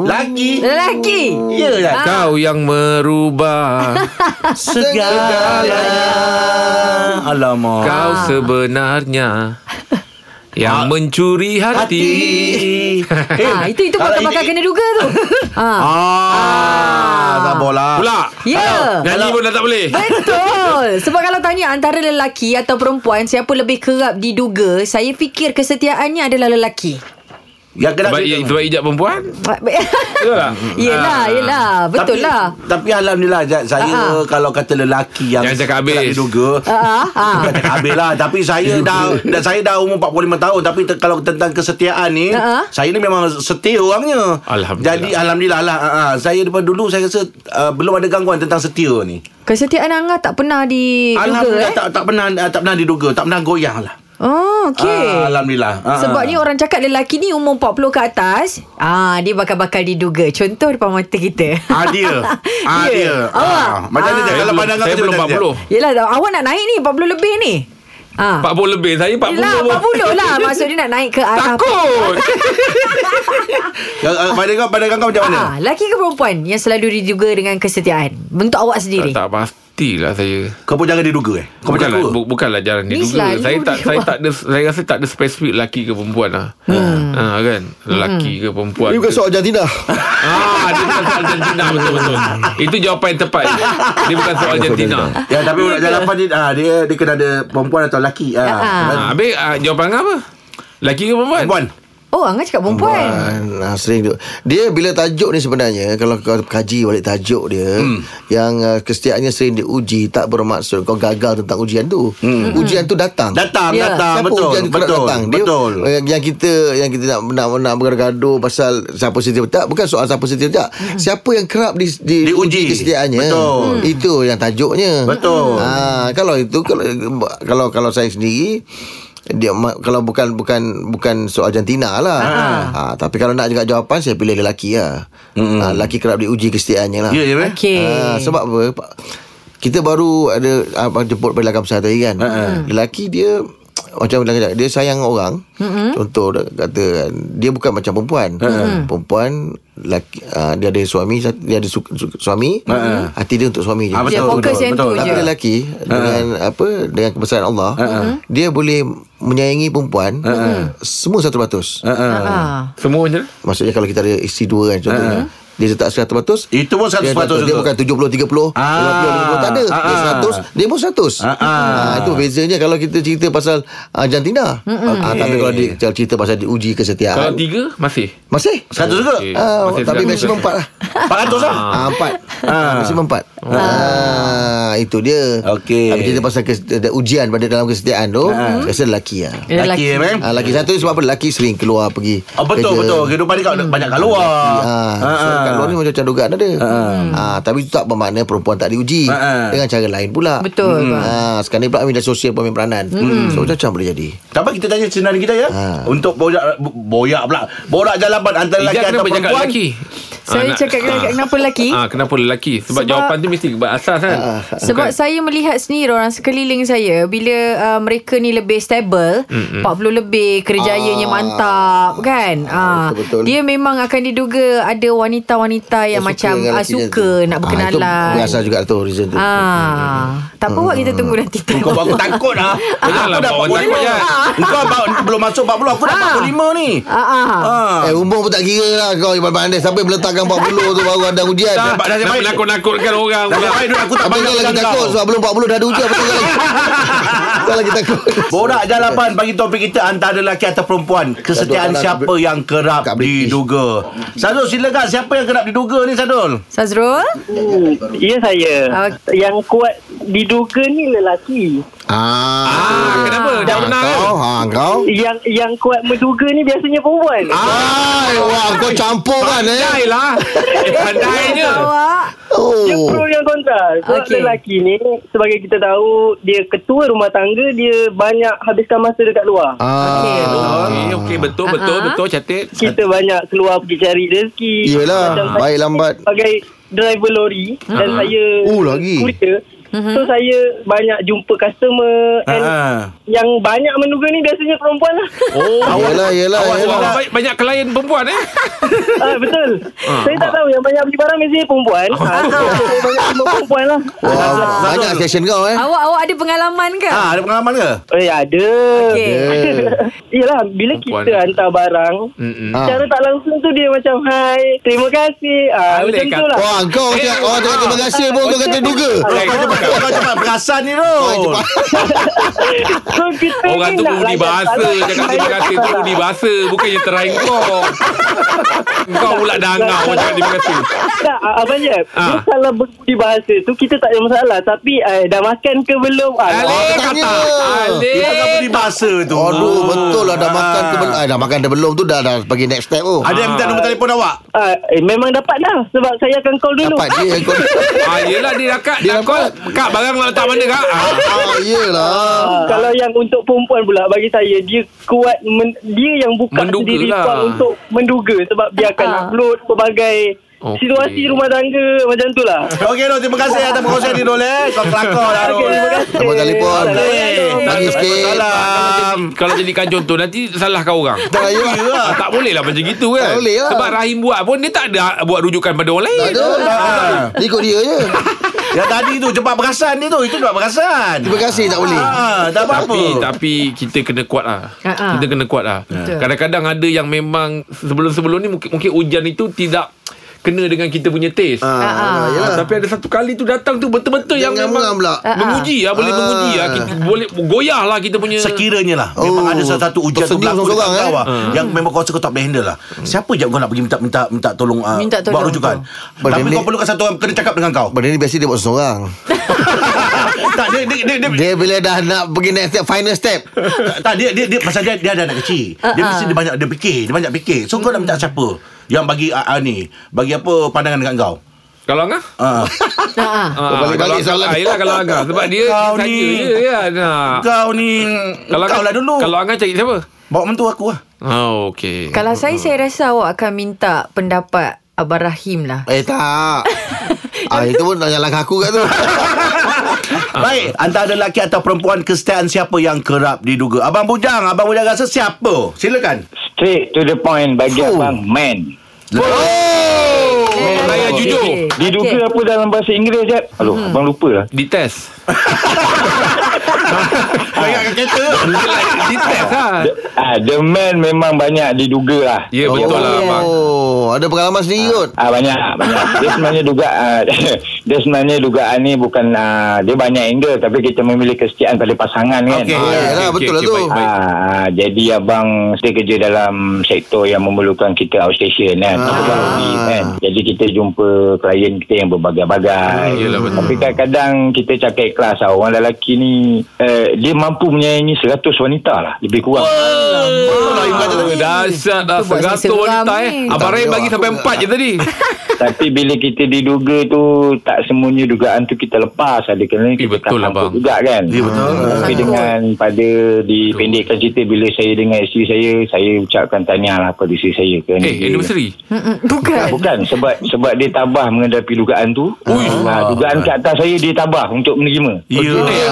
Speaker 2: lelaki.
Speaker 3: Lelaki. Ah.
Speaker 2: Ya lah.
Speaker 5: kau yang merubah
Speaker 2: Segalanya. Ah, Alamak.
Speaker 5: kau sebenarnya yang mencuri hati.
Speaker 2: Eh,
Speaker 3: Ah, itu itu
Speaker 2: kalau
Speaker 3: pakai-pakai
Speaker 2: ini-
Speaker 3: kena duga tu. ah.
Speaker 2: Ah, tak boleh.
Speaker 5: Pula.
Speaker 3: Ya.
Speaker 5: Nyanyi pun dah tak boleh.
Speaker 3: Betul. Sebab kalau tanya antara lelaki atau perempuan siapa lebih kerap diduga, saya fikir kesetiaannya adalah lelaki.
Speaker 2: Yang kena
Speaker 5: Sebab, sebab ijab perempuan. Betul tak?
Speaker 3: yelah,
Speaker 5: Ah.
Speaker 3: yelah. Betul
Speaker 2: Ha. tapi,
Speaker 3: lah.
Speaker 2: Tapi alhamdulillah Jad, saya
Speaker 3: Ah,
Speaker 2: kalau kata lelaki yang
Speaker 5: Jangan cakap habis.
Speaker 2: tak diduga.
Speaker 3: Ah, ah.
Speaker 2: Bukan cakap habis lah Tapi saya dah, dah Saya dah umur 45 tahun Tapi te, kalau tentang kesetiaan ni
Speaker 3: Ha-ha.
Speaker 2: Saya ni memang setia orangnya
Speaker 5: Alhamdulillah.
Speaker 2: Jadi Alhamdulillah lah uh, Saya daripada dulu Saya rasa uh, Belum ada gangguan tentang setia ni
Speaker 3: Kesetiaan Angah tak pernah diduga
Speaker 2: Alhamdulillah
Speaker 3: eh.
Speaker 2: tak, tak pernah uh, Tak pernah diduga Tak pernah goyang lah
Speaker 3: Oh, okey.
Speaker 2: Ah, Alhamdulillah Ah,
Speaker 3: Sebab
Speaker 2: ah.
Speaker 3: ni orang cakap lelaki ni umur 40 ke atas, ah dia bakal-bakal diduga. Contoh depan mata kita.
Speaker 2: Ah dia Ah
Speaker 3: Ya.
Speaker 2: dia
Speaker 3: Awak?
Speaker 2: ah, Macam mana
Speaker 3: Ah.
Speaker 2: dia
Speaker 5: Saya
Speaker 2: Kalau
Speaker 5: belum-
Speaker 2: pandangan
Speaker 5: saya
Speaker 2: macam
Speaker 5: belum
Speaker 2: mana dia?
Speaker 5: 40.
Speaker 3: Yelah, awak nak naik ni 40 lebih ni. Ah.
Speaker 5: 40 lebih Saya 40
Speaker 3: Yelah,
Speaker 5: pun.
Speaker 3: 40 lah. Maksud dia nak naik ke arah
Speaker 5: Takut
Speaker 2: Kalau, ah, Pandangan kau Pandangan kau macam mana
Speaker 3: Ah, lelaki ke perempuan yang selalu diduga dengan kesetiaan? Bentuk awak
Speaker 5: tak,
Speaker 3: sendiri.
Speaker 5: tak pastilah saya
Speaker 2: Kau pun jangan diduga eh Kau macam
Speaker 5: Bukanlah,
Speaker 2: tu
Speaker 5: bu, bukanlah jarang
Speaker 3: Ni
Speaker 5: dia duga.
Speaker 3: selalu
Speaker 5: Saya tak
Speaker 3: dia
Speaker 5: saya
Speaker 3: buat.
Speaker 5: tak ada saya rasa tak ada spesifik lelaki ke perempuan lah. Hmm. Ha kan? Lelaki ke perempuan.
Speaker 4: Ini
Speaker 5: ke.
Speaker 4: bukan soal jantina
Speaker 5: Ah, dia bukan soal jantina betul betul. Itu jawapan yang tepat. Dia bukan soal jantina.
Speaker 2: Ya tapi budak jalapan ni ah, dia dia kena ada perempuan atau lelaki ah.
Speaker 5: Ha, habis ah, jawapan kau apa? Lelaki ke perempuan?
Speaker 2: Perempuan.
Speaker 3: Oh, Angah cakap perempuan.
Speaker 4: Nah, Ah, sering tu. Dia bila tajuk ni sebenarnya kalau kau kaji balik tajuk dia
Speaker 5: Hmm.
Speaker 4: yang uh, kesetiaannya sering diuji tak bermaksud kau gagal tentang ujian tu.
Speaker 5: Hmm.
Speaker 4: Ujian tu datang.
Speaker 2: Datang,
Speaker 3: Ya.
Speaker 2: datang.
Speaker 4: Siapa
Speaker 2: Betul,
Speaker 4: ujian tu tak
Speaker 2: betul,
Speaker 4: datang? Dia,
Speaker 2: betul.
Speaker 4: eh, Yang kita yang kita nak nak, nak bergaduh pasal siapa setia atau tak bukan soal siapa setia atau tak.
Speaker 5: Hmm.
Speaker 4: Siapa yang kerap di, di
Speaker 2: Diuji.
Speaker 4: uji kesetiaannya.
Speaker 2: Betul.
Speaker 4: Itu yang tajuknya.
Speaker 2: Betul.
Speaker 4: Ha, kalau itu kalau kalau kalau saya sendiri dia ma- kalau bukan bukan bukan soal jantina lah. Ha. tapi kalau nak juga jawapan saya pilih lelaki lah. Ha, lelaki kerap diuji kesetiaannya lah.
Speaker 2: Ya, ya, eh?
Speaker 3: Okey.
Speaker 4: Ah, sebab apa? Pa- Kita baru ada apa jemput pada lakam saya tadi kan.
Speaker 2: Ha,
Speaker 4: Lelaki dia macam bilang dia sayang orang.
Speaker 2: Ha. Hmm?
Speaker 4: Mm-hmm. Contoh dia kata kan, dia bukan macam perempuan. Perempuan lelaki, ah, dia ada suami sat- dia ada su- su- suami. Mm-hmm. Hati dia untuk suami je.
Speaker 2: Hmm. Ah,
Speaker 3: Dia
Speaker 2: betul,
Speaker 3: fokus
Speaker 2: betul,
Speaker 3: yang
Speaker 2: betul. Hmm.
Speaker 3: tu
Speaker 4: Tapi
Speaker 3: je.
Speaker 4: lelaki dengan apa dengan kebesaran Allah, dia boleh menyayangi perempuan
Speaker 2: Hmm.
Speaker 4: semua 100%.
Speaker 3: Ah.
Speaker 5: Semua macam mana?
Speaker 4: Maksudnya kalau kita ada isteri dua kan contohnya. Dia letak 100%
Speaker 2: Hmm. Itu pun 100%
Speaker 4: dia, tak- dia
Speaker 2: juga.
Speaker 4: bukan 70 30
Speaker 2: Ah.
Speaker 4: 50 50 tak ada. Dia
Speaker 2: Ah.
Speaker 4: 100, dia pun 100.
Speaker 2: Ah, ah.
Speaker 4: Ah, itu bezanya kalau kita cerita pasal ah, jantina.
Speaker 3: Hmm,
Speaker 4: Ah,
Speaker 2: Eh.
Speaker 4: tapi kalau di, kalau cerita pasal diuji
Speaker 5: Kalau
Speaker 4: kesetiaan
Speaker 5: tiga masih.
Speaker 4: masih.
Speaker 2: Satu juga.
Speaker 5: Okey.
Speaker 4: Ah,
Speaker 5: Masih
Speaker 4: tapi
Speaker 5: seratus.
Speaker 4: maksimum 4 lah.
Speaker 2: 400 lah.
Speaker 4: Ah, empat ah. Maksimum empat ah. Itu dia
Speaker 2: Okey.
Speaker 4: Tapi cerita pasal kes, ada ujian pada dalam kesetiaan tu ah. Rasa lelaki lah
Speaker 3: Dia
Speaker 2: Lelaki eh, man.
Speaker 4: ah, Lelaki satu ni sebab apa Lelaki sering keluar pergi
Speaker 2: Oh,
Speaker 4: kerja.
Speaker 2: betul, betul. Kehidupan dia kat, banyak kat luar.
Speaker 4: Ah,
Speaker 2: Ah,
Speaker 4: so kat luar ni macam-macam dugaan ada. Ah, tapi itu tak bermakna perempuan tak diuji
Speaker 2: Ah, ah.
Speaker 4: dengan cara lain pula.
Speaker 3: Betul, bang. Hmm.
Speaker 4: Ah, sekarang ni pula media sosial pemain peranan. So macam-macam boleh jadi.
Speaker 2: Tak apa kita tanya senarai kita ya.
Speaker 4: Ah.
Speaker 2: Untuk boyak boyak pula. Borak jalapan antara
Speaker 5: Ijaz
Speaker 2: lelaki atau
Speaker 5: kenapa cakap
Speaker 2: perempuan.
Speaker 5: lelaki?
Speaker 3: Saya
Speaker 5: nak-
Speaker 3: cakap
Speaker 5: ah.
Speaker 3: kenapa lelaki?
Speaker 5: Ah, kenapa lelaki? Sebab,
Speaker 3: Sebab-
Speaker 5: jawapan tu mesti berasas kan.
Speaker 4: Ah,
Speaker 3: Sebab
Speaker 5: Bukan.
Speaker 3: saya melihat sendiri orang sekeliling saya bila uh, mereka ni lebih stable, mm 40 lebih, kerjayanya mantap kan. Ah
Speaker 4: Ah. betul-betul.
Speaker 3: dia memang akan diduga ada wanita-wanita yang macam
Speaker 4: dengan
Speaker 3: ah,
Speaker 4: lelaki dia
Speaker 3: suka
Speaker 4: tu.
Speaker 3: nak
Speaker 4: Ah,
Speaker 3: berkenalan.
Speaker 4: Itu berasal juga tu reason tu.
Speaker 3: Ah, tak apa awak kita tunggu nanti time.
Speaker 2: Kau buat aku takut
Speaker 5: lah.
Speaker 2: ah.
Speaker 5: Janganlah buat orang takut,
Speaker 2: kan?
Speaker 5: Jad.
Speaker 2: Kau bawa- belum masuk 40 aku dah 45 ni.
Speaker 3: Ah, ah.
Speaker 2: Ah.
Speaker 4: Eh umur pun tak kira lah kau Iman Pandai Siapa yang meletakkan 40 tu baru ada ujian
Speaker 5: Tak,
Speaker 2: Nampak dah
Speaker 5: nak
Speaker 2: baik.
Speaker 5: menakut-nakutkan orang
Speaker 2: Dah
Speaker 5: pula.
Speaker 2: baik dulu aku tak
Speaker 4: Tapi
Speaker 2: bangga
Speaker 4: kau lagi
Speaker 2: dengan
Speaker 4: takut
Speaker 2: kau.
Speaker 4: Sebab belum 40 dah ada ujian Betul kau lagi Kau lagi takut
Speaker 2: Borak jalapan bagi topik kita antara lelaki atau perempuan. Kesetiaan
Speaker 4: Sadul,
Speaker 2: siapa
Speaker 4: kat-
Speaker 2: yang kerap
Speaker 4: kat British.
Speaker 2: diduga? Sadul silakan siapa yang kerap diduga ni Sadul?
Speaker 3: Sazrul?
Speaker 9: Mm.
Speaker 8: Ya saya
Speaker 3: Ah.
Speaker 8: Yang kuat diduga ni lelaki
Speaker 4: Ah,
Speaker 5: Ah, kenapa? Dah benar kan?
Speaker 4: kau, ha, kau.
Speaker 9: Yang yang kuat menduga ni biasanya perempuan.
Speaker 4: Ah, wah, kau campur kan eh.
Speaker 5: Pandai lah Eh pandainya
Speaker 3: Awak
Speaker 9: Dia
Speaker 4: Oh.
Speaker 9: pro yang kontra. Sebab
Speaker 3: Okey.
Speaker 9: okay. lelaki ni sebagai kita tahu dia ketua rumah tangga dia banyak habiskan masa dekat luar.
Speaker 3: Okey.
Speaker 4: Ah.
Speaker 5: Okey okey betul betul
Speaker 3: Ah.
Speaker 5: betul cantik
Speaker 9: Kita banyak keluar pergi cari rezeki.
Speaker 4: Yelah,
Speaker 9: saya
Speaker 4: baik lambat.
Speaker 9: Sebagai driver lori dan
Speaker 5: Mm-hmm.
Speaker 9: saya
Speaker 4: Oh, lagi.
Speaker 9: courier. So saya banyak jumpa customer and
Speaker 5: Ha,
Speaker 2: Ah.
Speaker 9: yang banyak menduga ni biasanya perempuan lah.
Speaker 5: Oh
Speaker 4: Yelah, yelah,
Speaker 5: Awak
Speaker 4: yelah.
Speaker 5: awak baik- Ha. banyak klien perempuan eh
Speaker 9: ah, betul. Saya tak tahu yang banyak beli barang biasanya perempuan. Ah, so, saya banyak jumpa perempuan lah.
Speaker 4: Wah, banyak session kau eh.
Speaker 3: Awak awak ada pengalaman ke?
Speaker 2: Ah, ada pengalaman ke?
Speaker 9: Eh ada.
Speaker 3: Okey.
Speaker 9: Yelah bila
Speaker 5: Perempuan.
Speaker 9: kita hantar barang
Speaker 5: Mm-mm.
Speaker 4: Ah.
Speaker 9: Secara tak langsung tu dia macam Hai terima kasih ah,
Speaker 5: Boleh
Speaker 9: Macam tu
Speaker 5: kata.
Speaker 9: lah
Speaker 4: Wah, kau
Speaker 5: Eh,
Speaker 4: cakap orang cakap terima kasih pun kau kata duga.
Speaker 5: Right.
Speaker 2: Kau cepat, kau cepat perasan ni Rol.
Speaker 3: Oh,
Speaker 9: So kita
Speaker 5: Orang
Speaker 9: ni
Speaker 5: tu
Speaker 9: nak
Speaker 5: budi
Speaker 9: layan
Speaker 5: bahasa
Speaker 9: salah.
Speaker 5: Cakap terima kasih tu budi bahasa Bukannya teraih
Speaker 3: Oh,
Speaker 5: kau Kau pula dangau Macam terima kasih
Speaker 9: Tak ah, Abang Jeb
Speaker 5: Ah.
Speaker 9: Dia salah berbudi bahasa tu Kita tak ada masalah Tapi eh, dah makan ke belum ah,
Speaker 5: Alif
Speaker 4: tanya.
Speaker 5: kata
Speaker 2: Dia Ah, tak
Speaker 5: Alif
Speaker 2: beri bahasa tu.
Speaker 4: Aduh, betul lah dah
Speaker 2: Ah.
Speaker 4: makan ke belum? Ah, dah makan dah belum tu dah dah pergi next step tu.
Speaker 2: Ada yang minta nombor telefon awak?
Speaker 9: ah, eh, Memang dapat dah Sebab saya akan call dulu
Speaker 4: Dapat dia kau.
Speaker 5: Ah, yelah dia dah kat
Speaker 4: Dia
Speaker 5: Dah call Kak barang nak letak mana kak ah.
Speaker 2: Oh,
Speaker 4: Ah, yelah.
Speaker 9: Ah, Kalau yang untuk perempuan pula bagi saya dia kuat men, dia yang buka
Speaker 5: Menduga
Speaker 9: sendiri
Speaker 5: lah.
Speaker 9: peluang untuk menduga sebab dia akan
Speaker 3: Ah.
Speaker 9: upload pelbagai
Speaker 5: Okey.
Speaker 9: situasi rumah tangga macam tu lah.
Speaker 2: Okey Rol, terima kasih atas perkongsian ni Rol eh. Kau kelakar lah Rol.
Speaker 9: Terima kasih.
Speaker 4: Nombor telefon.
Speaker 2: Assalamualaikum.
Speaker 4: Bagi sikit.
Speaker 5: Ah, kalau jadi- Kalau jadikan contoh Nanti salahkan orang
Speaker 4: Tak ya.
Speaker 5: Ah, tak boleh lah macam gitu kan
Speaker 4: Tak boleh lah.
Speaker 5: Sebab Rahim buat pun Dia tak ada buat rujukan pada orang lain
Speaker 4: Tak ada. Ah, Ikut dia je.
Speaker 2: Yang tadi tu cepat perasan dia tu. Itu cepat perasan.
Speaker 4: Terima kasih tak boleh.
Speaker 2: Ah, tak apa-apa.
Speaker 5: Tapi tapi kita kena kuat lah.
Speaker 3: Ha-ha.
Speaker 5: Kita kena kuat lah.
Speaker 3: Ah, Betul.
Speaker 5: Kadang-kadang ada yang memang sebelum-sebelum ni mungkin mungkin hujan itu tidak kena dengan kita punya taste.
Speaker 4: Ah,
Speaker 3: Ah,
Speaker 5: Ah,
Speaker 4: yelah.
Speaker 5: tapi ada satu kali tu datang tu betul-betul yang
Speaker 4: Jangan
Speaker 5: memang
Speaker 4: mengang pula.
Speaker 3: Ah, ah.
Speaker 5: menguji lah, boleh
Speaker 4: Ah.
Speaker 5: menguji lah. Kita boleh goyah lah kita punya
Speaker 2: Sekiranya lah Memang
Speaker 4: Oh,
Speaker 2: ada satu-satu ujian tu
Speaker 4: tersenyum
Speaker 2: berlaku dekat
Speaker 4: seorang-seorang,
Speaker 2: kau
Speaker 4: eh? Hmm.
Speaker 2: lah Yang memang kau rasa kau tak boleh handle lah Siapa je kau nak pergi minta minta minta tolong ah,
Speaker 3: Minta
Speaker 2: Buat
Speaker 3: tolong,
Speaker 2: rujukan
Speaker 4: betul.
Speaker 2: Tapi
Speaker 4: Benda-
Speaker 2: kau perlukan satu orang Kena cakap dengan kau
Speaker 4: Benda ni biasa dia buat seorang Ah.
Speaker 2: Tak dia dia, dia, dia,
Speaker 4: Dia bila dah nak pergi next step Final step
Speaker 2: tak, dia, dia, dia pasal dia, dia ada anak kecil Dia
Speaker 3: Ah,
Speaker 2: mesti
Speaker 3: ah.
Speaker 2: dia banyak Dia fikir Dia banyak fikir So kau nak minta siapa Yang bagi ah, ah, ni Bagi apa pandangan dengan kau
Speaker 5: kalau angah
Speaker 2: Ah.
Speaker 3: Ha.
Speaker 5: Ah,
Speaker 4: balik-balik
Speaker 5: kalau
Speaker 10: Eh,
Speaker 4: soalan.
Speaker 5: ah, yelah, kalau angah sebab dia
Speaker 2: Kau
Speaker 5: saja
Speaker 2: ni.
Speaker 5: je kan. Ah.
Speaker 2: Kau ni
Speaker 5: Kalau
Speaker 2: Kau
Speaker 5: Angah-
Speaker 2: lah dulu
Speaker 5: Kalau angah cari siapa?
Speaker 2: Bawa mentua aku lah
Speaker 5: Oh, okey.
Speaker 3: Kalau saya saya rasa awak akan minta pendapat Abang Rahim lah.
Speaker 4: Eh tak ah, Itu pun nak langkah aku kat tu
Speaker 2: Baik, antara lelaki atau perempuan kesetiaan siapa yang kerap diduga? Abang Bujang, Abang Bujang rasa siapa? Silakan. Lah,
Speaker 10: Straight to the point bagi
Speaker 4: Fuh.
Speaker 10: abang man.
Speaker 3: Oh,
Speaker 5: saya jujur.
Speaker 10: Diduga apa dalam bahasa Inggeris je? Aduh, hmm. abang lupa lah.
Speaker 5: Dites.
Speaker 2: Banyak kereta.
Speaker 5: Dites lah.
Speaker 10: Ah, the man memang banyak diduga lah.
Speaker 5: Ya, betul lah
Speaker 4: oh,
Speaker 5: abang.
Speaker 4: Ada pengalaman sendiri kot
Speaker 10: Ah banyak banyak. Dia sebenarnya duga ah, dia sebenarnya dugaan ni bukan ah, dia banyak angle tapi kita memilih kesetiaan pada pasangan kan.
Speaker 2: Okey.
Speaker 5: Ah,
Speaker 4: Eh, lah,
Speaker 5: okey, okey,
Speaker 4: betul lah tu.
Speaker 5: baik, baik.
Speaker 10: Ah, jadi abang saya kerja dalam sektor yang memerlukan kita outstation kan. Ah. kan. Jadi kita jumpa klien kita yang
Speaker 5: Hmm,
Speaker 10: berbagai-bagai.
Speaker 5: yelah, betul.
Speaker 10: Tapi kadang-kadang kita cakap ikhlas lah. Orang lelaki ni eh, dia mampu menyayangi 100 wanita lah. Lebih kurang.
Speaker 5: Ah, Dahsyat dah
Speaker 3: Tu buat saya
Speaker 5: Seratus
Speaker 3: seram
Speaker 5: wanita eh
Speaker 3: ni.
Speaker 5: Abang
Speaker 4: Tak
Speaker 5: Ray
Speaker 4: boleh
Speaker 5: bagi
Speaker 4: jawab
Speaker 5: sampai
Speaker 4: aku
Speaker 5: empat je tadi
Speaker 10: Tapi bila kita diduga tu tak semuanya dugaan tu kita lepas ada
Speaker 5: Eh,
Speaker 10: kena kita
Speaker 5: betul lah,
Speaker 10: sangkut
Speaker 5: bang.
Speaker 10: juga kan.
Speaker 2: Ya, betul.
Speaker 10: Ah, Tapi
Speaker 3: Sangkut.
Speaker 10: dengan pada dipendekkan cerita bila saya dengan isteri saya saya ucapkan tahniah lah pada isteri saya kan.
Speaker 5: Eh anniversary
Speaker 3: Mm-mm, Bukan.
Speaker 10: Ah, bukan sebab sebab dia tabah menghadapi dugaan tu. Ah, dugaan kat atas saya dia tabah untuk menerima.
Speaker 2: Ya.
Speaker 5: Eh, eh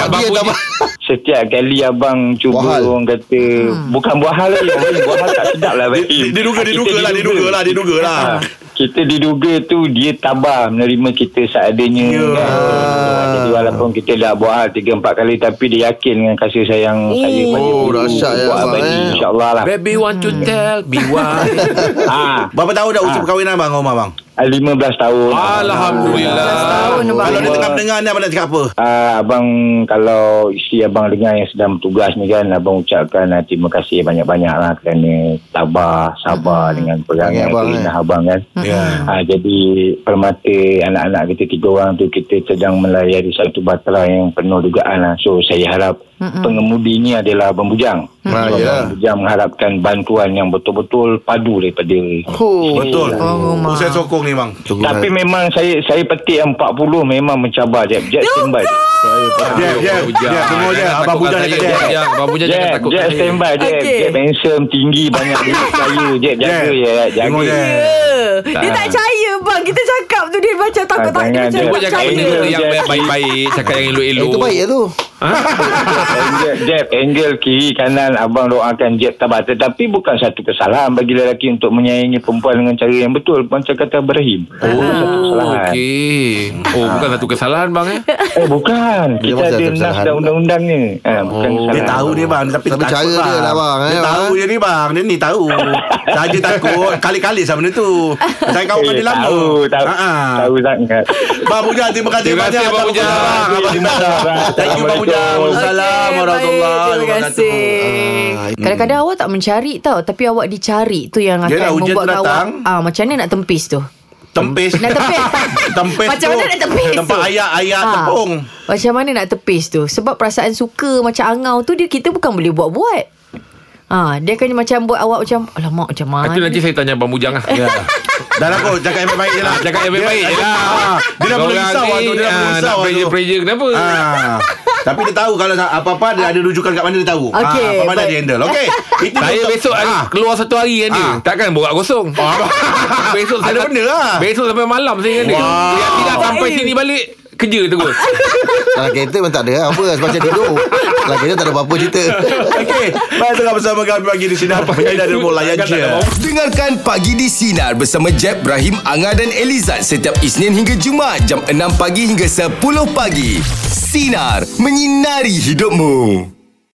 Speaker 4: Ah,
Speaker 5: abang
Speaker 4: dia tak
Speaker 5: punya
Speaker 10: Setiap kali abang cuba
Speaker 4: Buah hal.
Speaker 10: orang kata bukan buah hal lagi, orang buah hal tak sedap lah. Baik.
Speaker 2: Dia, dia duga, dia duga lah, dia duga lah, dia duga lah.
Speaker 10: Ah, kita diduga tu dia tabah menerima kita seadanya
Speaker 2: Ya.
Speaker 10: kan. Ah, jadi walaupun kita dah buat hal 3 4 kali tapi dia yakin dengan kasih sayang saya pada
Speaker 4: Oh,
Speaker 10: dulu,
Speaker 4: dahsyat ya,
Speaker 10: buat
Speaker 4: Abang,
Speaker 10: abadi,
Speaker 4: eh.
Speaker 10: insyaallah lah
Speaker 3: Hmm.
Speaker 5: Baby want to tell Me why
Speaker 10: ah
Speaker 2: Berapa tahun dah usia perkahwinan bang, Omar bang?
Speaker 10: ah, 15 tahun.
Speaker 2: Ah,
Speaker 5: Alhamdulillah.
Speaker 3: tahun abang.
Speaker 2: Kalau dia tengah mendengar ni abang nak cakap apa?
Speaker 10: Ah, abang kalau isteri abang dengar yang sedang bertugas ni kan abang ucapkan ah, terima kasih banyak-banyak lah kerana tabah sabar dengan perangai
Speaker 4: Perangai abang,
Speaker 10: abang, eh. abang kan
Speaker 2: Ya.
Speaker 10: ah, jadi permata anak-anak kita tiga orang tu kita sedang melayari satu batera yang penuh dugaan lah. so saya harap pengemudi ni adalah abang bujang
Speaker 4: Ah,
Speaker 10: Sebab
Speaker 4: ya.
Speaker 10: abang bujang mengharapkan bantuan yang betul-betul padu daripada
Speaker 4: Oh.
Speaker 2: Betul.
Speaker 3: Oh, rumah.
Speaker 2: Oh, saya sokong ni bang.
Speaker 4: Tunggu
Speaker 10: tapi
Speaker 4: lah.
Speaker 10: memang saya saya petik yang 40 memang mencabar Jeb. Jeb standby. Saya petik.
Speaker 2: Jeb, Jeb. Jeb, tunggu ya, je. Abang Bujang nak
Speaker 5: Abang
Speaker 2: cakap.
Speaker 5: Bujang, Abang Bujang jangan
Speaker 10: Jeb,
Speaker 5: takut.
Speaker 10: Jeb standby Jeb.
Speaker 3: Okey.
Speaker 10: Jeb handsome, tinggi, banyak duit saya. Jeb jaga
Speaker 2: Jeb.
Speaker 10: ya, jaga.
Speaker 2: Tengok Jeb.
Speaker 3: Dia tak percaya bang Kita cakap tu Dia macam takut
Speaker 10: Ah,
Speaker 3: tak Dia
Speaker 10: jangan,
Speaker 3: macam
Speaker 5: Cuba
Speaker 3: tak
Speaker 10: jangan.
Speaker 5: cakap
Speaker 3: percaya
Speaker 5: benda yang baik-baik, cakap yang
Speaker 4: Eh,
Speaker 5: elok-elok.
Speaker 4: itu baik lah tu.
Speaker 10: Angel, Jeb, angel kiri kanan abang doakan Jeb tabah. Tetapi bukan satu kesalahan bagi lelaki untuk menyayangi perempuan dengan cara yang betul. Macam kata Ibrahim. Bukan satu
Speaker 5: Oh,
Speaker 3: Ah.
Speaker 10: kesalahan.
Speaker 5: okey. Oh, bukan satu kesalahan bang eh.
Speaker 10: Eh, bukan.
Speaker 4: Dia
Speaker 10: Kita
Speaker 4: masa
Speaker 10: ada
Speaker 4: satu
Speaker 10: nas
Speaker 4: kesalahan.
Speaker 10: dan undang-undang ni. Ha, bukan
Speaker 5: Oh.
Speaker 10: kesalahan.
Speaker 2: Dia tahu ni bang Tapi dia
Speaker 4: Tapi
Speaker 2: takut
Speaker 4: cara dia lah, bang,
Speaker 2: Dia
Speaker 4: eh,
Speaker 2: tahu
Speaker 4: bang.
Speaker 2: je ni bang Dia ni tahu Saja takut Kali-kali sama benda tu Saya kawan
Speaker 10: Eh,
Speaker 2: dia lama
Speaker 10: tahu, tahu,
Speaker 2: Ha, ha.
Speaker 10: tahu sangat.
Speaker 2: Bang Bujang terima kasih
Speaker 5: Terima
Speaker 2: banyak
Speaker 5: kasih, Abang Bujang.
Speaker 2: Abang Bujang. Thank you Bang Bujang
Speaker 10: Okey,
Speaker 2: Waalaikumsalam
Speaker 3: Okey,
Speaker 2: Warahmatullahi
Speaker 3: baik. Terima
Speaker 2: Wabarakatuh
Speaker 3: kasih
Speaker 4: Ah, hmm.
Speaker 3: Kadang-kadang awak tak mencari tau Tapi awak dicari tu Yang akan
Speaker 2: Yelah, hujan tu
Speaker 3: membuatkan awak
Speaker 2: datang.
Speaker 3: ah, Macam mana nak tempis tu
Speaker 2: Tempis
Speaker 3: Nak tepis
Speaker 2: Tempis
Speaker 3: Macam
Speaker 2: tu.
Speaker 3: mana nak tepis tu?
Speaker 2: Tempat ayak-ayak
Speaker 3: Ah,
Speaker 2: Ya, tepung
Speaker 3: Macam mana nak tepis tu Sebab perasaan suka Macam angau tu dia Kita bukan boleh buat-buat ha, Dia akan macam Buat awak macam Alamak macam mana
Speaker 5: Itu nanti saya tanya Abang Bujang lah.
Speaker 2: Ya. Dah lah kot Cakap yang baik-baik je lah
Speaker 5: Ah, cakap yang baik-baik je lah.
Speaker 2: Ah, Dia dah mula
Speaker 5: Korang
Speaker 2: risau lah
Speaker 5: ni,
Speaker 2: tu Dia dah mula
Speaker 5: ah,
Speaker 2: risau
Speaker 5: Nak
Speaker 2: lah tu
Speaker 5: pressure-pressure kenapa?
Speaker 2: Ah. Tapi dia tahu kalau nak apa-apa dia ada rujukan kat mana dia tahu.
Speaker 3: Okey,
Speaker 2: ah, apa mana
Speaker 3: baik.
Speaker 2: dia handle. Okey. Itu
Speaker 5: Saya
Speaker 2: untuk-
Speaker 5: besok
Speaker 2: Ah.
Speaker 5: ah. keluar satu hari kan dia.
Speaker 2: Ah.
Speaker 5: Takkan borak kosong. besok
Speaker 2: Ada
Speaker 5: saya-
Speaker 2: benda lah.
Speaker 5: Besok sampai malam saya dengan dia.
Speaker 2: Wow.
Speaker 5: Dia tidak sampai
Speaker 3: Baik.
Speaker 5: sini balik kerja terus.
Speaker 4: Dalam kereta memang tak ada lah. Apa sebab macam tidur. Dalam kereta tak ada apa-apa cerita.
Speaker 2: Okey. Baik tengah bersama kami pagi di sini apa yang ada rumah layan
Speaker 5: Takkan tak
Speaker 2: je.
Speaker 5: ada bau.
Speaker 1: Dengarkan Pagi di Sinar bersama Jeb, Ibrahim, Anga dan Elizad setiap Isnin hingga Jumaat jam 6 pagi hingga 10 pagi. Sinar, menyinari hidupmu.